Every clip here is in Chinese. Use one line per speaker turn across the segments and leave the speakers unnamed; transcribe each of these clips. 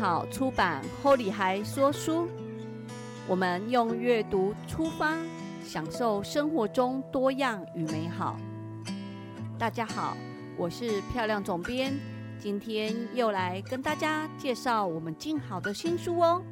宝出版《后里还说书》，我们用阅读出发，享受生活中多样与美好。大家好，我是漂亮总编，今天又来跟大家介绍我们静好的新书哦。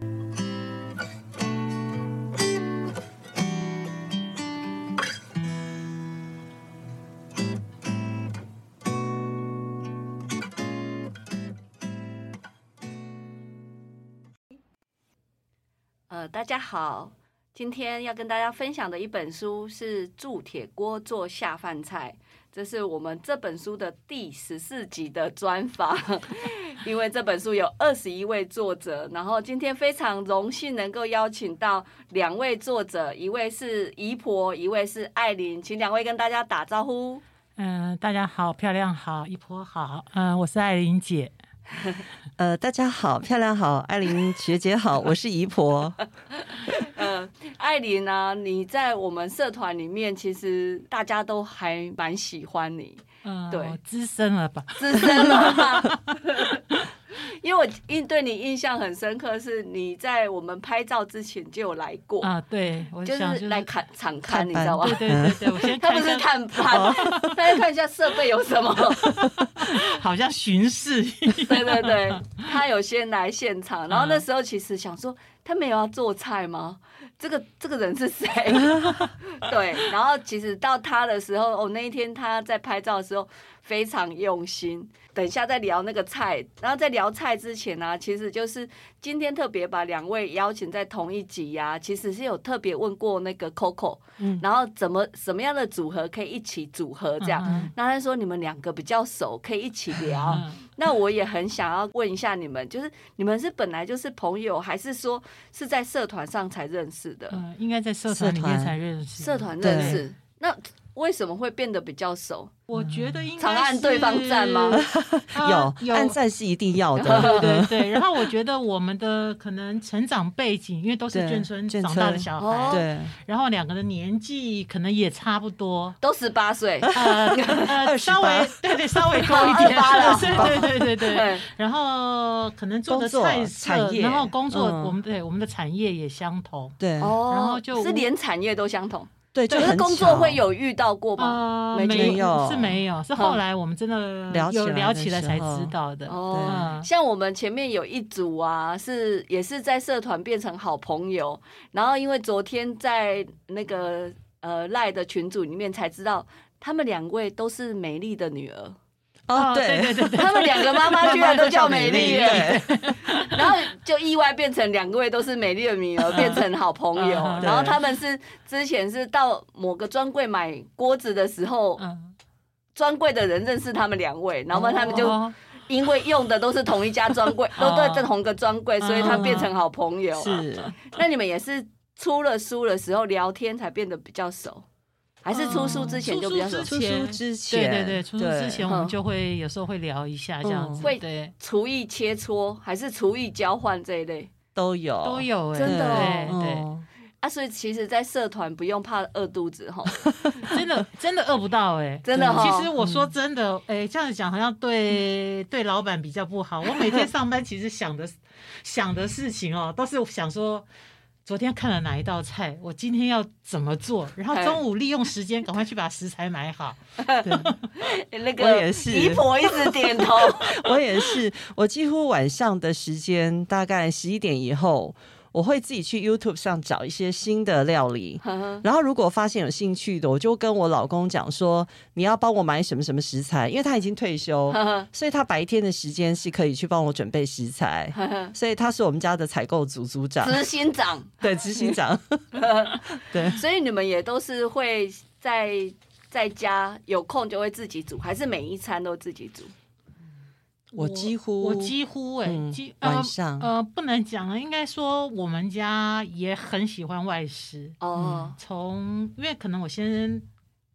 呃，大家好，今天要跟大家分享的一本书是《铸铁锅做下饭菜》，这是我们这本书的第十四集的专访。 因为这本书有二十一位作者，然后今天非常荣幸能够邀请到两位作者，一位是姨婆，一位是艾琳，请两位跟大家打招呼。
嗯、大家好，漂亮好，一波好，嗯、我是艾琳姐。
呃，大家好，漂亮好，艾琳学姐好，我是姨婆。
呃，艾琳呢、你在我们社团里面，其实大家都还蛮喜欢你。
嗯、
对
我资深了吧？
资深了。 因为我印对你印象很深刻，是你在我们拍照之前就有来过，
啊，对，我
就
想
是来看场看，
看
你知道吗
对？对对对，我先
他
看
不
一
是
下，哦
探班， 他要看一下设备有什么。
好像巡视。
对对对，他有先来现场，
嗯
然后那时候其实想说，他没有要做菜吗？这个这个人是 谁？对，然后其实到他的时候，哦，那一天他在拍照的时候非常用心。等一下再聊那个菜，然后在聊菜之前呢、其实就是今天特别把两位邀请在同一集呀、其实是有特别问过那个 Coco，、
嗯
然后怎么什么样的组合可以一起组合这样。
嗯
那他说你们两个比较熟，可以一起聊。
嗯
那我也很想要问一下你们，就是你们是本来就是朋友，还是说是在社团上才认识的？
嗯，应该在社团里面才认识。
社团认识，那为什么会变得比较熟？
我觉得应该
常嗯按
是
对方赞 吗？
啊
有
有
按赞是一定要的，
对对对，然后我觉得我们的可能成长背景，因为都是
对
眷村
眷
长大的
村
小
哦
孩，
对，
然后两个的年纪可能也差不多，
都十八岁，
呃呃，
28
稍微对对，稍微高一点，
28了
对对对对 对。
对，
然后可能做的
工作
菜色
产业
然后工作，
嗯
我们对我们的产业也相同。
对
哦，
然后就是
连产业都相同，
对，就
可是
很
工作
巧
会有遇到过吗？
啊，
没嗯
没
没有
是没有，是后来我们真的
聊起
有
来
聊
的
起来
时
才
候
知道的。
哦，
嗯
像我们前面有一组啊，是也是在社团变成好朋友，然后因为昨天在那个呃赖的群组里面才知道，他们两位都是美丽的女儿，
哦，
对
对，
对对，
他们两个妈妈居然都叫美丽耶，
对，
然后就意外变成两位都是美丽的女儿，变成好朋友
嗯，
然后他们是之前是到某个专柜买锅子的时候，
嗯，
专柜的人认识他们两位， 然后他们就
哦
因为用的都是同一家专柜，都
哦
对在同一个专柜，所以他变成好朋友、啊。
是
那你们也是出了书的时候聊天才变得比较熟，还是出书之前就比较熟？
嗯
出书之
对
前，
对对，出书之前我
嗯
们就会有时候会聊一下这样
嗯
子，
会
对，
厨艺切磋还是厨艺交换这一类
都有
都，有
哦
哎，
真的
对
哦
对。
嗯
啊？所以其实，在社团不用怕饿肚子 哈，
真的真的饿不到哎、
真的哈。
其实我说真的，
嗯
哎、这样讲好像对、对老板比较不好。我每天上班其实想 的想的事情哦，都是想说。昨天看了哪一道菜，我今天要怎么做，然后
哎
中午利用时间赶快去把食材买好。
那
我
个
也是
姨婆一直点 头，
我也是，我几乎晚上的时间大概十一点以后，我会自己去 YouTube 上找一些新的料理。然后如果发现有兴趣的，我就跟我老公讲说，你要帮我买什么什么食材，因为他已经退休，所以他白天的时间是可以去帮我准备食材。所以他是我们家的采购组组长，
执行长。
对，执行长。对，
所以你们也都是会在在家有空就会自己煮，还是每一餐都自己煮？
我几乎
我几乎哎、
嗯
几
晚上
呃呃不能讲了，应该说我们家也很喜欢外食。
哦、
从因为可能我先生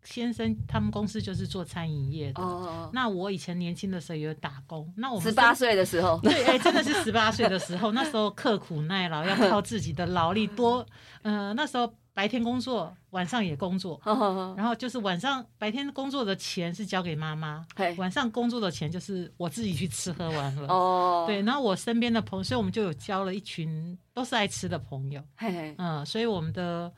先生他们公司就是做餐饮业的，
哦，
那我以前年轻的时候也有打工，那我们
十八
是
岁的时候，
对，哎、真的是十八岁的时候，那时候刻苦耐劳，要靠自己的劳力多，呃，那时候。白天工作，晚上也工作，
呵呵呵
然后就是晚上白天工作的钱是交给妈妈，
嘿
晚上工作的钱就是我自己去吃喝玩乐。
哦，
对，，然后我身边的朋友，所以我们就有交了一群都是爱吃的朋友，
嘿嘿，
嗯，所以我们的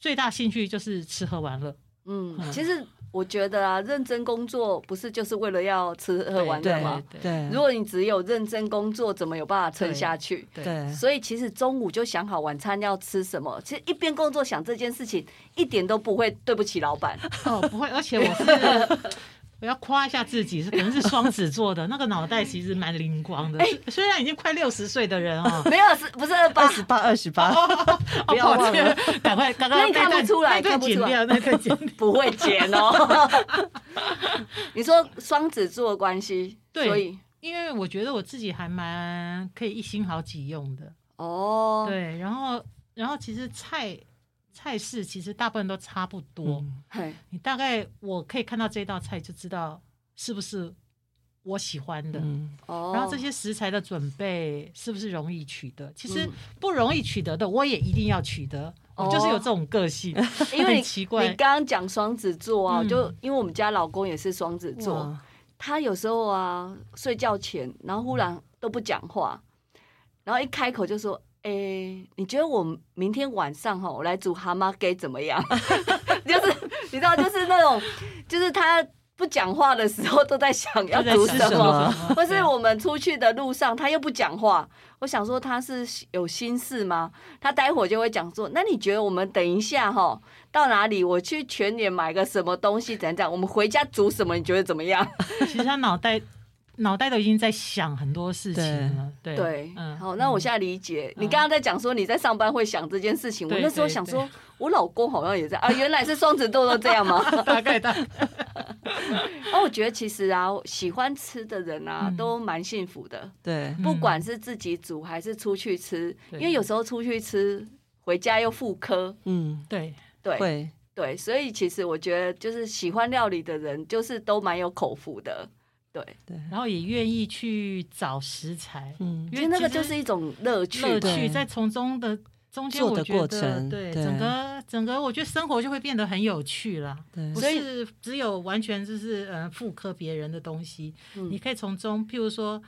最大兴趣就是吃喝玩乐。
嗯，
嗯
其实我觉得啊，认真工作不是就是为了要吃喝玩乐
对
吗？
对
对，
如果你只有认真工作，怎么有办法撑
对
下去？
对，
对
所以其实中午就想好晚餐要吃什么，其实一边工作想这件事情，一点都不会对不起老板。，
哦，不会，而且我是我要夸一下自己，是可能是双子座的，那个脑袋其实蛮灵光的。虽虽然已经快六十岁的人哦
没有，是不是二八
二？十八二十八，
不
要忘了，
赶快，刚刚
哦那你看不
段
出来
那段
看不出
剪
来
掉，那段剪掉。
不会减哦。 你说双子座的关系，
对
所以
因为我觉得我自己还蛮可以一心好几用的，
哦，
对。然后，然后其实菜菜式其实大部分都差不多，
嗯
嘿，
你大概我可以看到这道菜就知道是不是我喜欢的。
嗯
哦，
然后这些食材的准备是不是容易取得？其实
嗯
不容易取得的，我也一定要取得。我就是有这种个性，
因为你
很奇怪
你刚刚讲双子座啊，
嗯
就因为我们家老公也是双子座，
哇
他有时候啊睡觉前，然后忽然都不讲话，然后一开口就说。诶、你觉得我明天晚上哈，我来煮蛤蟆给怎么样？ 就是你知道，就是那种，就是他不讲话的时候都在想要
就在
煮
吃
什
什
么
么，
或是我们出去的路上，他又不讲话，我想说他是有心事吗？他待会儿就会讲说，那你觉得我们等一下哈，到哪里？我去全年买个什么东西？怎样怎样？我们回家煮什么？你觉得怎么样？
对 其实他脑袋脑袋都已经在想很多事情了。对
对，
嗯，
好，那我现在理解、你
嗯
刚刚在讲说你在上班会想这件事情，我
对
那时候
对
想
对
说，我老公好像也 在啊，原来是双子座都这样吗？
大概大 概
然后我觉得其实啊，喜欢吃的人啊，
嗯
都蛮幸福的。
对
不管是自己煮还是出去吃，
对
因为有时候出去吃回家又复刻，
嗯
对
对
会
对，所以其实我觉得就是喜欢料理的人，就是都蛮有口福的，对，
对
然后也愿意去找食材，
嗯
因
因
为
为
那个
其实
就是一种乐趣
乐
吧。
趣
对
在从中的中间，
做的
我觉
过
得
程
对
对
整个整个，我觉得生活就会变得很有趣啦。
对
不
所以
是只有完全就是呃复刻别人的东西，
嗯
你可以从中，譬如说，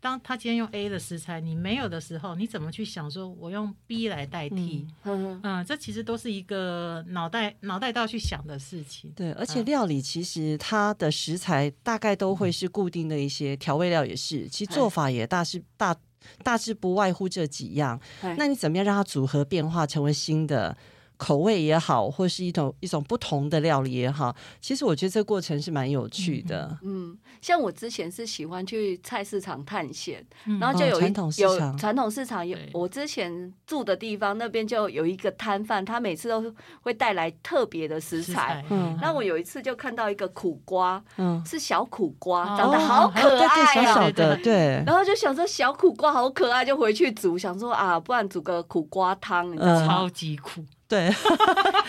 当他今天用 A 的食材你没有的时候，你怎么去想说我用 B 来代替？
呵呵
嗯，这其实都是一个脑袋脑袋都要去想的事情。
对，而且
嗯
料理其实它的食材大概都会是固定的一些调味料，也是，其实做法也大是大大致不外乎这几样
哎。
那你怎么样让它组合变化，成为新的口味也好，或是一种一种不同的料理也好？其实我觉得这过程是蛮有趣的。
嗯，像我之前是喜欢去菜市场探险，
嗯
然后就
哦
有一、
传统市
有
场
传统市场有
对
我之前住的地方那边就有一个摊贩，他每次都会带来特别的食材。
嗯
那我有一次就看到一个苦瓜，
嗯，
是小苦瓜，
哦
长得好
还有
可
对对
爱
小
啊。
小的，对，
然后就想说小苦瓜好可爱，就回去煮，想说啊，不然煮个苦瓜汤，你知
嗯
道吗？
嗯超级酷，
对，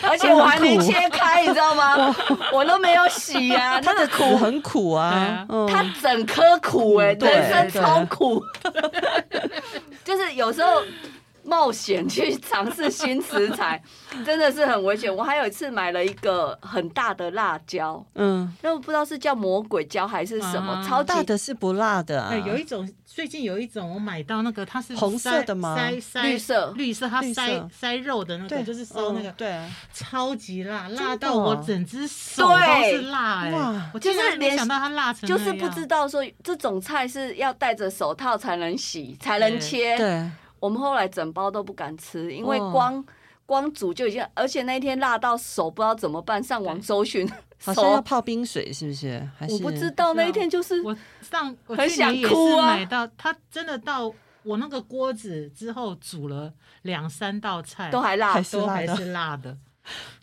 而且我还没切开，你知道 吗？我都没有洗啊，它的苦，
苦很苦啊
啊，
它
嗯，
整颗苦哎、
对
人生
对
超苦。 就是有时候冒险去尝试新食材，真的是很危险。我还有一次买了一个很大的辣椒，
嗯，
那我不知道是叫魔鬼椒还是什么，
啊
超级
大的是不辣的啊
哎，，有一种最近有一种我买到那个，它是
红色
塞
的吗
塞塞
绿色
绿色，它
绿色
塞塞肉的那个，就是烧那个
嗯，对啊，
超级辣，
的哦
辣到我整只手都是辣哎、
哇
我竟
就是
然没
连
想到它辣成
就是
那
不
样
知道说这种菜是要戴着手套才能洗才能切，
对，
我们后来整包都不敢吃，因为
哦
光光煮就已经，而且那一天辣到手不知道怎么办，上网搜寻
好像要
手，
泡冰水，是不是？还是
我不知道那一天就是
我上我
很
去年也
想哭
是
啊
买到，它真的到我那个锅子之后煮了两三道菜，
都还辣嗯
还，是
都
辣
还
的
是辣的，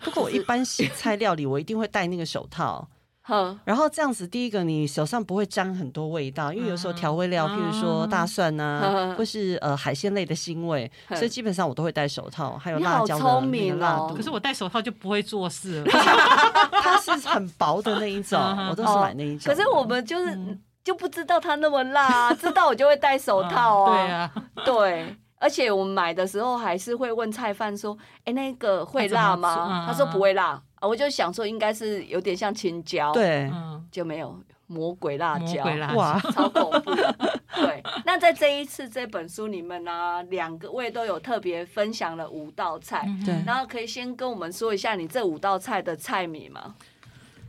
不过我一般洗菜料理，我一定会戴那个手套，
呵，
然后这样子，第一个你手上不会沾很多味道，因为有时候调味料，譬如说大蒜
嗯嗯
啊，或是呃海鲜类的腥味，
嗯
所以基本上我都会戴手套，还有
你
辣
好
椒的
聪
那个
明
辣
哦
度。
可是我戴手套就不会做事了。
它是很薄的那一种
嗯，嗯
我都是买那一
哦
种
可
的。
是我们就是、就不知道它那么辣、啊，知道我就会戴手套
嗯对
啊，
啊，
对。而且我们买的时候还是会问菜贩说：“哎、那个会
它怎么
辣
做
吗
嗯？”
他说
嗯
不会辣，啊，我就想说应该是有点像青椒，，
对，
嗯，
就没有魔鬼辣
魔
椒，
鬼辣椒
哇，
超恐怖的。 对，那在这一次这本书里面呢、两个位都有特别分享了五道菜。
嗯
对
然后可以先跟我们说一下你这五道菜的菜名吗？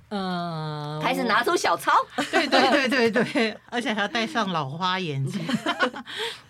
嗯，
开始拿出小抄，
对对对对对，而且还要戴上老花眼镜。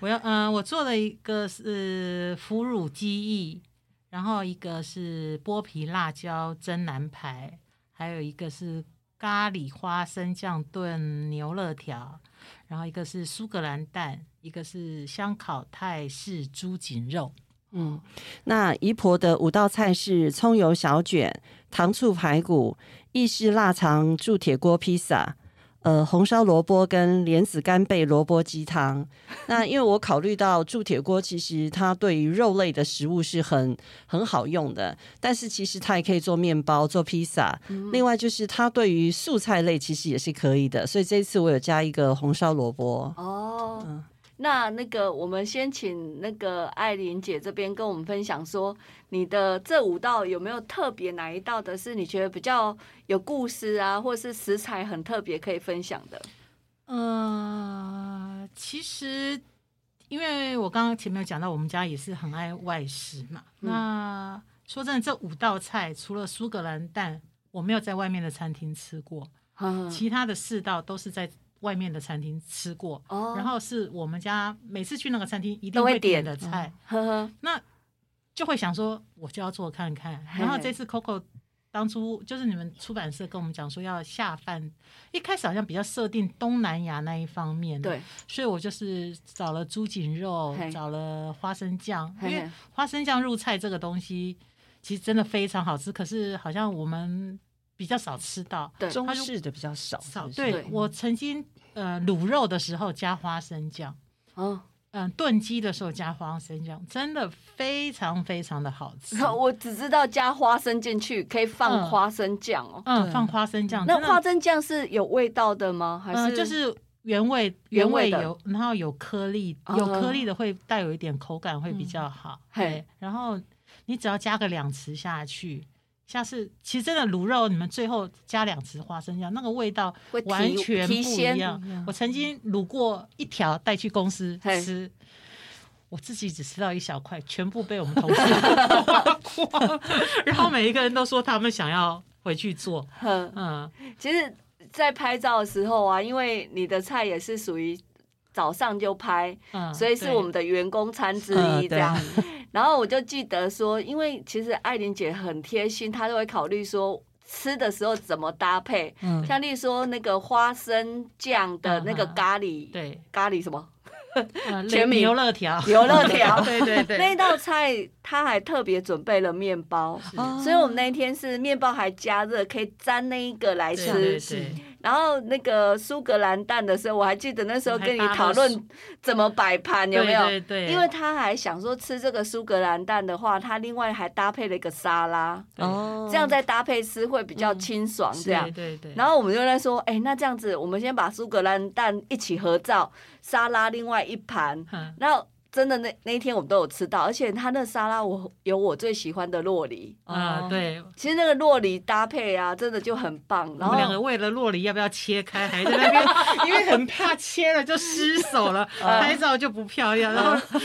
我要嗯、我做了一个是腐乳鸡翼，然后一个是剥皮辣椒蒸南排，还有一个是咖喱花生酱炖牛肋条，然后一个是苏格兰蛋，一个是香烤泰式猪颈肉。
嗯，那姨婆的五道菜是葱油小卷、糖醋排骨、意式腊肠铸铁锅披萨。呃，红烧萝卜跟莲子干贝萝卜鸡汤。 那因为我考虑到铸铁锅，其实它对于肉类的食物是很很好用的，但是其实它也可以做面包、做披萨。另外就是它对于素菜类其实也是可以的，所以这一次我有加一个红烧萝卜。
哦，
嗯
那那个我们先请那个艾琳姐这边跟我们分享说，你的这五道有没有特别哪一道的是你觉得比较有故事啊，或是食材很特别可以分享的？
呃，其实因为我刚刚前面有讲到，我们家也是很爱外食嘛。
嗯
那说真的，这五道菜除了苏格兰蛋，我没有在外面的餐厅吃过，
嗯，
其他的四道都是在外面的餐厅吃过。
哦，
然后是我们家每次去那个餐厅一定
都会
会点的
点嗯
菜，
呵呵，
那就会想说我就要做看看。
嘿
然后这次 Coco 当初就是你们出版社跟我们讲说要下饭，一开始好像比较设定东南亚那一方面，，
对，
所以我就是找了猪颈肉
嘿，
找了花生酱，
嘿
因
嘿
为花生酱入菜这个东西其实真的非常好吃，可是好像我们比较少吃到。
对
中
它就
式的比较少，是
少
不是
对
对
我曾经呃卤肉的时候加花生酱，
嗯，
嗯，炖鸡的时候加花生酱，真的非常非常的好 吃。
我只知道加花生进去，可以放
嗯
花生酱哦。
嗯，
对
放花生酱，
那
真的
花生酱是有味道的吗？还是、
呃就是原味
原
原
味
味
的
有，然后有颗粒，
嗯
有颗粒的会带有一点口感会比较好。
嘿
对，然后你只要加个两匙下去。下次其实真的卤肉，你们最后加两匙花生酱，那个味道
会提
完全不
提
一
鲜
样。我曾经卤过一条带去公司
嘿
吃，我自己只吃到一小块，全部被我们 同事花光， 然后每一个人都说他们想要回去做。
呵
嗯，
其实，在拍照的时候啊，因为你的菜也是属于早上就拍，
嗯
所以是
对啊
我们的员工餐之
嗯
一这样。 然后我就记得说，因为其实艾琳姐很贴心，她都会考虑说。吃的时候怎么搭配？
嗯
像例如说那个花生酱的那个
嗯嗯
咖喱，
对，
咖喱什么
呃
全民
牛肉条，
牛肉 条
对对对，
那道菜，她还特别准备了面包，
哦
所以我们那一天是面包还加热，可以沾那一个来
对
吃。
对
是
对，
然后那个苏格兰蛋的时候，我还记得那时候跟你讨论怎么摆盘，有没有？
对对，对
因为他还想说吃这个苏格兰蛋的话，他另外还搭配了一个沙拉，
哦
嗯
这样再搭配吃会比较清爽这样
对。对对，
然
后
后我们就在说，哎，那这样子，我们先把苏格兰蛋一起合照，沙拉另外一盘。然后真的那那一天我们都有吃到，而且他那沙拉我有我最喜欢的洛梨，
啊，对。
其实那个洛梨搭配啊，真的就很棒。然
我们两个
后
为了洛梨要不要切开，还在那边，因为很怕切了就失 手了，拍照就不漂亮，然后
嗯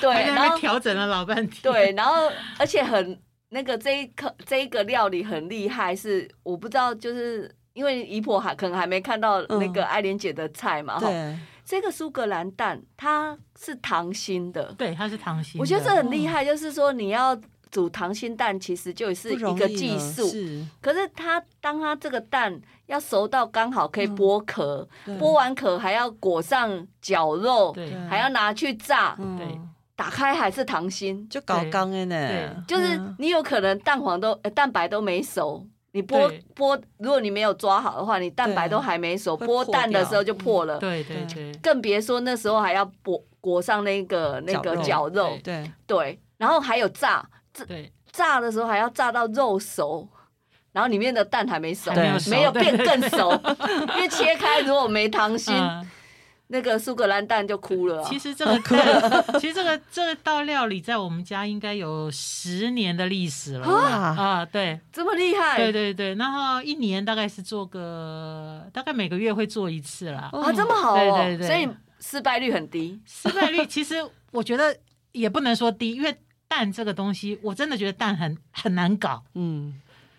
对，
还在那
然后
边调整了老半天。
对，然后而且很那个这一颗这一个料理很厉害，是我不知道，就是因为姨婆还可能还没看到那个爱莲姐的菜嘛，哈、
嗯哦对，
这个苏格兰蛋它是溏心的，
对，它是糖心的，
我觉得这很
哦
厉害，就是说你要煮溏心蛋其实就是
不容
一
易
个技
了
术，
是
可是它当它这个蛋要熟到刚好可以剥壳，
嗯对
剥完壳还要裹上绞肉，
对
还要拿去炸，
嗯
对
打开还是溏心。
就搞刚的呢
对，
就是
嗯
你有可能蛋黄都、呃蛋白都没熟，你剥
对
剥，如果你没有抓好的话，你蛋白
对
都还没熟，
会
剥
破
蛋的
掉
时候就破了，
嗯对对对
更别说那时候还要裹裹上那个那个绞
绞
肉，
对
对，然后还有炸
对，
炸的时候还要炸到肉熟。然后里面的蛋还没熟，
还
没有
熟
没有
对
变
对
更熟，因为切开如果没溏心，
嗯
那个苏格兰蛋就哭了啊、
其实这个 蛋，其实这个这个道料理在我们家应该有十年的历史了
啊，
啊，对
这么厉害，
对对对，然后一年大概是做个，大概每个月会做一次啦。
啊，这么好哦，
对对对
所以失败率很低。
失败率其实我觉得也不能说低，因为蛋这个东西，我真的觉得蛋很很难搞。
嗯，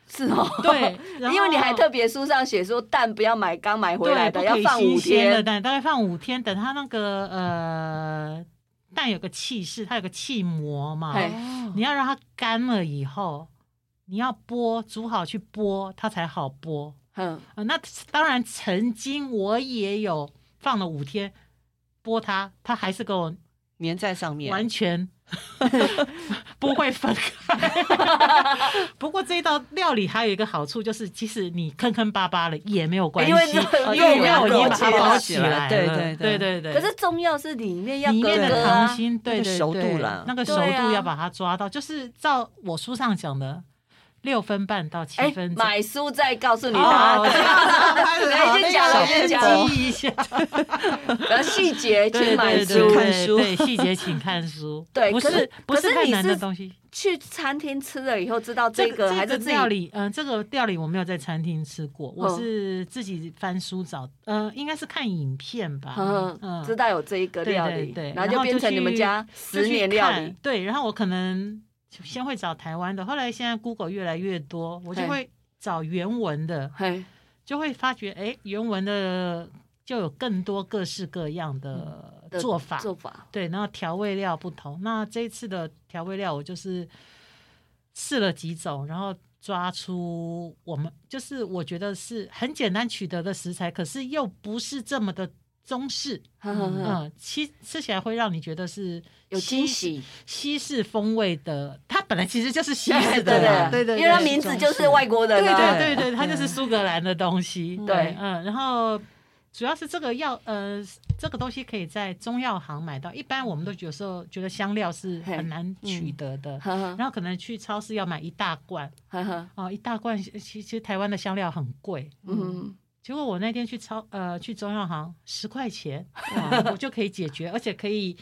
是哦，
对， 然后
因为你还特别书上写说蛋不要买刚买回来的，
对
要
不可以
放五
新鲜的
天。
蛋，大概放五天，等它那个呃蛋有个气势，它有个气膜嘛，
嘿
哦
你要让它干了以后，你要剥，煮好去剥，它才好剥。
嗯，
啊、那当然，曾经我也有放了五天剥它，它还是跟我
粘在上面，
完全 不会分开。 不过这一道料理还有一个好处，就是即使你坑坑巴巴了也没有关系，
因为这
因为
因为
料已经
肉
把它
切
包
了
起来了。
对
对
对
对
对
对
可
对。
是重要是里面要
里面
格
的
格
糖
啊，
心，对
那个
对
熟
对
度啦
那个熟
对啊
度要把它抓到，就是照我书上讲的六分半到七
哎，
分钟。
买书再告诉你
哦
答案，
我
哎
来先讲
小
了，
心
先
哦
讲了，
记一下，
然后细节去
对
买
对对
书
书。看
对
书
对细节请看书，
对
不
可是
不
可是
太
你
难的
是
东西。
去餐厅吃了以后，知道这
个
个还
这
是
个
自
料
己
理，嗯、这个料理我没有在餐厅吃过，我
嗯
是自己翻书找，呃，应该是看影片吧，嗯
嗯，知道有这一个
对
料
对
理
对，
然
然
后就
后
变
就
成你们
去
家
就
十
去
年料
看
理。
对，然后我可能先会找台湾的，后来现在 Google 越来越多，我就
嘿
会找原文的，
嘿，
就会发觉，哎，原文的就有更多各式各样的
嗯的
做法，
做法
对，然后调味料不同。那这一次的调味料，我就是试了几种，然后抓出我们就是我觉得是很简单取得的食材，可是又不是这么的中式，
呵呵呵
嗯，吃吃起来会让你觉得是
有
西
惊喜。
西式风味的，它本来其实就是西
对
式的啦，
对
对对，
因为他
对
名字就是外国人
对
啊，
对对对，它就是苏格兰的东西。
对
嗯，然后主要是这个药，呃，这个东西可以在中药行买到。一般我们都有时候觉得香料是
嘿
很难取得的，
呵呵
然后可能去超市要买一大罐
呵呵，
啊、一大罐。其其实台湾的香料很贵，
嗯，
结果我那天去超呃去中药行十块钱， 我就可以解决，而且可以。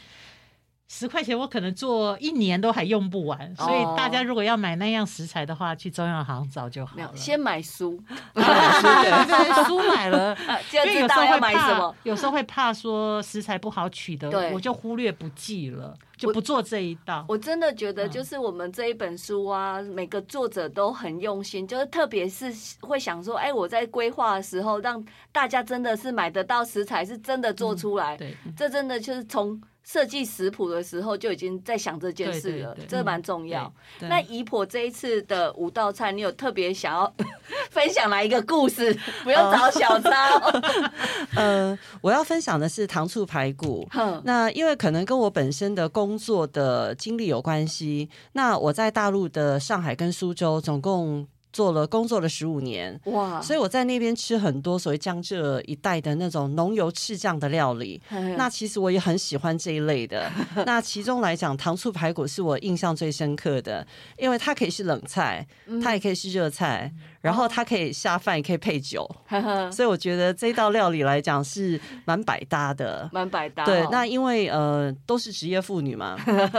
十块钱我可能做一年都还用不完，所
哦
以大家如果要买那样食材的话，去中药行找就好
没有，
了。
先买书，
对对，书买 了。
啊，就
因为
知
有时候
道要
会
买什么
怕，。有时候会怕说食材不好取得
对，
我就忽略不计了，就不做这一道。
我真的觉
嗯
得，就是我们这一本书啊，每个作者都很用心，就是特别是会想说，哎，我在规划的时候，让大家真的是买得到食材，是真的
嗯
做出来。
对，嗯
这真的就是从设计食谱的时候就已经在想这件事了，
对对对
这蛮重要。
嗯对
那姨婆这一次的五道菜，你有特别想要 分享哪一个故事？ 不用找小 张哦。
呃，我要分享的是糖醋排骨。
哼
那因为可能跟我本身的工作的经历有关系，那我在大陆的上海跟苏州总共做了工作了十五年，
哇，
所以我在那边吃很多所谓江浙一带的那种浓油赤酱的料理。
哎
那其实我也很喜欢这一 类的。那其中来讲，糖醋排骨是我印象最深刻的，因为它可以是冷菜，
嗯
它也可以是热菜，然后它可以下饭，也可以配酒。
呵呵
所以我觉得这道料理来讲是蛮百搭的。
蛮百搭哦。
对，那因为呃都是职业妇 女嘛，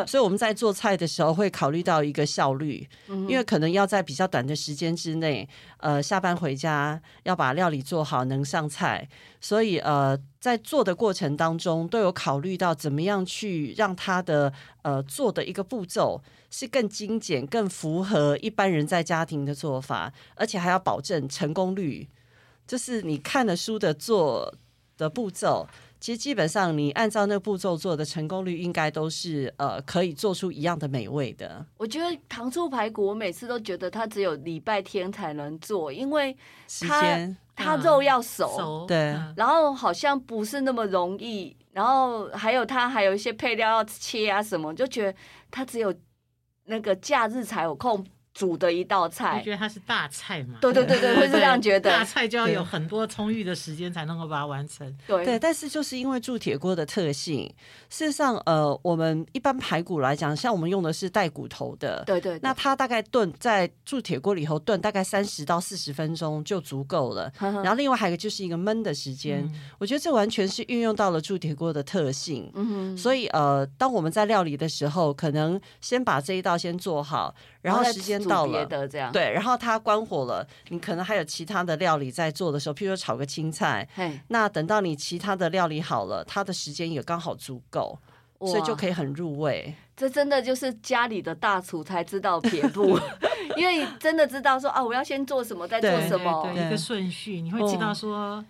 所以我们在做菜的时候会考虑到一个效率，
嗯
因为可能要在比较短的时间之内，呃下班回家要把料理做好能上菜，所以呃在做的过程当中都有考虑到怎么样去让它的呃做的一个步骤是更精简、更符合一般人在家庭的做法，而且还要保证成功率，就是你看了书的做的步骤。其实基本上你按照那步骤做的成功率，应该都是呃可以做出一样的美味的。
我觉得糖醋排骨，我每次都觉得它只有礼拜天才能做，因为
时
它
间
它
嗯
肉要熟，
熟
对
嗯
然后好像不是那么容易，然后还有它还有一些配料要切啊什么，就觉得它只有那个假日才有空煮的一道
就
菜
觉。得它是大菜嘛。
对对对对，会是这样觉
大
得。
菜就要
对
有很多充裕的时间才能够把它完成。
对
对，但是就是因为铸铁锅的特性，事实上，呃，我们一般排骨来讲，像我们用的是带骨头的，
对对，
那它大概炖在铸铁锅里头炖大概三十到四十分钟就足够了。然
然
后另外还有一个就是一个焖的时间，
嗯
我觉得这完全是运用到了铸铁锅的特性。
嗯
所以呃，当我们在料理的时候，可能先把这一道先做好，然后
再
时间
煮
到
别
了，
的这样。
对，然后它关火了，你可能还有其他的料理在做的时候，譬如说炒个青菜。
嘿，
那等到你其他的料理好了，它的时间也刚好足够，所以就
以。
可以很入味。
这真的就是家里的大厨才知道撇 步，因为真的知道说啊，我要先做什么，再做
对
什
对
么。哦
对，一
对
个顺序，你会知道说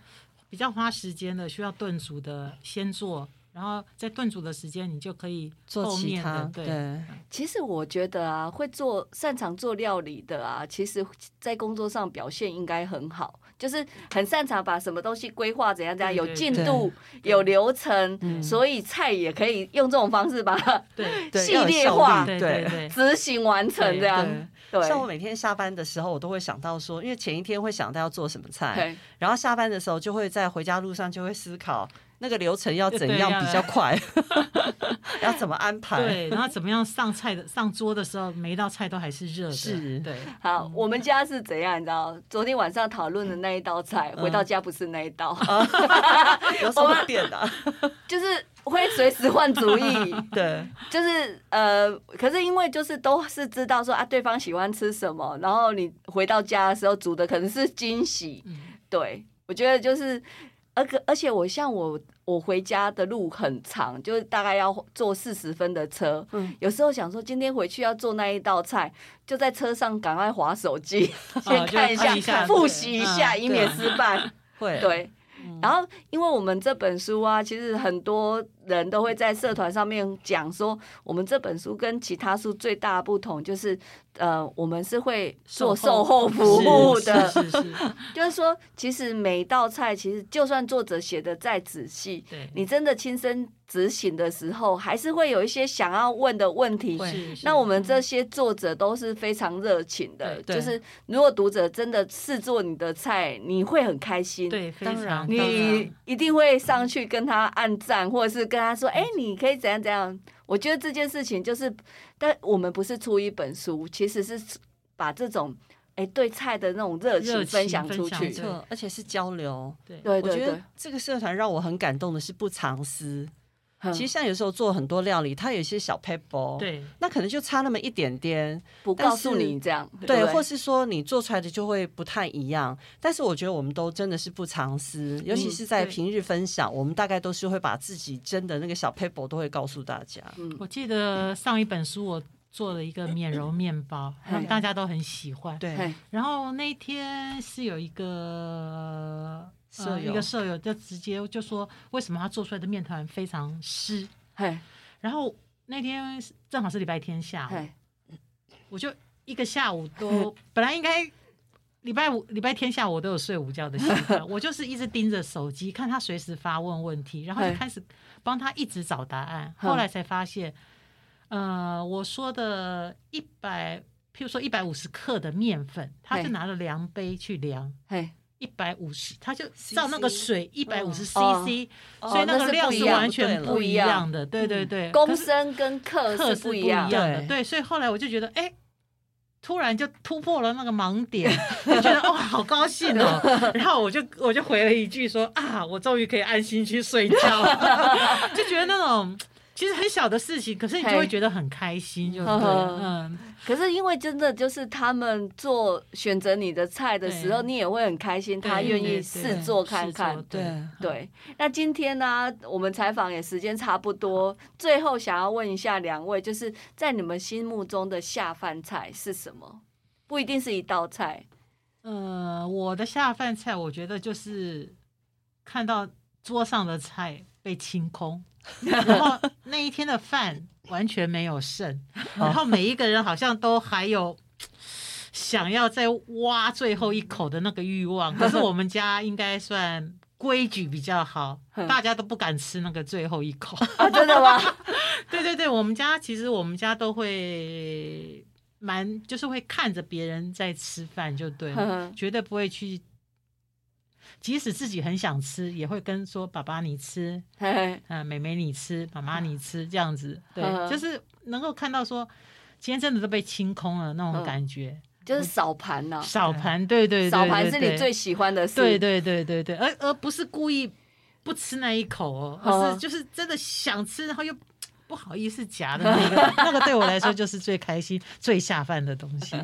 比较花时间的需要炖煮的先做，然后在炖煮的时间你就可以
做
后
其
面
他
的对。
其实我觉得啊，会做擅长做料理的啊，其实在工作上表现应该很好，就是很擅长把什么东西规划怎样怎样，
对
有
对
进
对
度，
对
有流程，
嗯
所以菜也可以用这种方式把它
对
对
系
要有
列
效
化
对
率对
对 对，
执行完成这样。
对
对，
像我每天下班的时候，我都会想到说，因为前一天会想到要做什么菜，
对
然后下班的时候就会在回家路上就会思考那个流程要怎
对
样
要
比较快， 要怎么安排。
对，然后怎么样上菜的上桌的时候，每一道菜都还是热的，
是
对，
好，我们家是怎样？你知道，昨天晚上讨论的那一道菜，
嗯
回到家不是那一道，
有什么变的啊？
就是会随时换主意。
对，
就是呃，可是因为就是都是知道说啊，对方喜欢吃什么，然后你回到家的时候煮的可能是惊喜。
嗯，
对，我觉得就是，而个而且我像我我回家的路很长，就是大概要坐四十分的车。
嗯
有时候想说今天回去要做那一道菜，就在车上赶快划手机，先
哦就
看一
看一
下，
下
复习一
嗯
下，以免
对
失败。
会
对。然后，因为我们这本书啊，其实很多人都会在社团上面讲说，我们这本书跟其他书最大的不同就是，呃，我们是会做售后服务的，
是是是是，
就是说，其实每一道菜，其实就算作者写的再仔细，
对，
你真的亲身执行的时候，还是会有一些想要问的问题。
会
是是
那我们这些作者都是非常热情的，
对对
就是如果读者真的试做你的菜，你会很开心。
对非
当然
常
当
你
然
一定会上去跟他暗赞，或者是跟他说：“哎、你可以怎样怎样。”我觉得这件事情就是，但我们不是出一本书，其实是把这种哎、对菜的那种热情
热情
分享出去
分
没。
享
错，而且是交流。
对
对
我
对
觉
对
得，这个社团让我很感动的是不藏私。
嗯
其实像有时候做很多料理，它有一些小 paper，，
对
那可能就差那么一点点，
不
但
告诉
是
你这样，
对，
不
或是说你做出来的就会不太一样。但是我觉得我们都真的是不藏私，尤其是在
对
平日分享，我们大概都是会把自己真的那个小 paper 都会告诉大家。
嗯，
我记得上一本书我做了一个 免揉面包，
嗯
然后大家都很喜欢。
对
嘿，
然后那一天是有一个呃
舍友
一个舍友就直接就说为什么他做出来的面团非常湿。
嘿，
然后那天是正好是礼拜天下午，
嘿，
我就一个下午都 本来应该。礼拜五、礼拜天下午我都有睡午觉的习 惯，我就是一直盯着手机，看他随时发问问题，然后就
嘿
开始帮他一直找答案。
哼
后来才发现，呃，我说的一百，譬如说一百五十克的面粉，他就
嘿
拿了量杯去量，
嘿，
一百五十，他就照那个
CC
水一百五十 CC，
哦
所以那
那
个
是
量
不一
是
样
完全
对了
不一样的。对对
嗯
对，可
公
是
升跟克
课
是
是
不
不
一
一
样
样
的，
的。
对
对，所以后来我就觉得，哎，突然就突破了那个盲点，就觉得哦，好高兴哦。然后我就我就回了一句说啊，我终于可以安心去睡觉了，就觉得 那种。其实很小的事情，可是你就
嘿
会觉得很开心，就对
呵呵
了，嗯，
可是因为真的就是他们做选择你的菜的时候，
对
你也会很开心，他
对
愿
对
意
对
试做看
试
看。
对
对
对，那今天呢、我们采访也时间差不多，最后想要问一下两位，就是在你们心目中的下饭菜是什么？不一定是一道 菜，
呃，我的下饭菜，我觉得就是看到桌上的菜被清空，然后那一天的饭完全没有剩，然后每一个人好像都还有想要再挖最后一口的那个欲望。可是我们家应该算规矩比较好，大家都不敢吃那个最后一口。
啊、真的吗？
对对对，我们家其实我们家都会。蛮就是会看着别人在吃饭就对
呵
了，
呵
绝对不会去。即使自己很想吃，也会跟说爸爸你吃，
嘿嘿
嗯、妹妹你吃，妈妈你
啊
吃这样子，对，
嗯
就是能够看到说，今天真的都被清空了那种
嗯
感觉，
就是扫盘呐、
少盘，对嗯对对
啊扫盘
对
是
对
你最喜欢的事。
对对对对对，而而不是故意不吃那一口哦，而
哦
是就是真的想吃，然后又不好意思夹的 那个，那个对我来说就是最开心、最下饭的东西。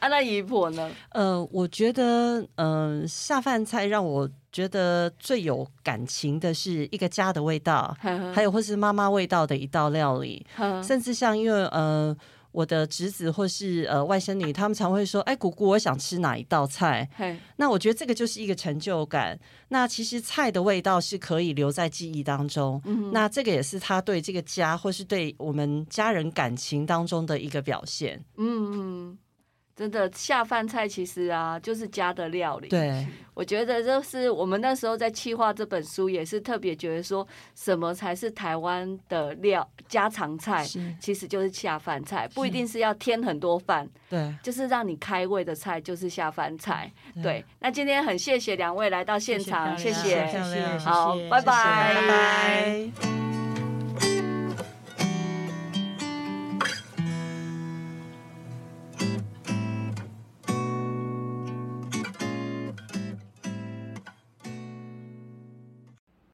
啊，那姨婆呢？
呃，我觉得，嗯、下饭菜让我觉得最有感情的是一个家的味道，还
还
有或是妈妈味道的一道料理，甚至像因为呃。我的侄子或是呃外甥女，他们常会说：“哎，姑姑，我想吃哪一道菜？”
嘿，
那我觉得这个就是一个成就感。那其实菜的味道是可以留在记忆当中，
嗯
那这个也是他对这个家或是对我们家人感情当中的一个表现。
嗯嗯，真的下饭菜其实啊，就是家的料理。，
对，
我觉得就是我们那时候在企划这本书，也是特别觉得说什么才是台湾的料家常菜，
是，
其实就是下饭菜，不一定是要添很多饭，
对，
就是让你开胃的菜就是下饭菜。
对
嗯对，那今天很谢谢两位来到现场，
谢
谢
谢漂亮
谢
谢谢
好
谢谢
拜拜
拜拜。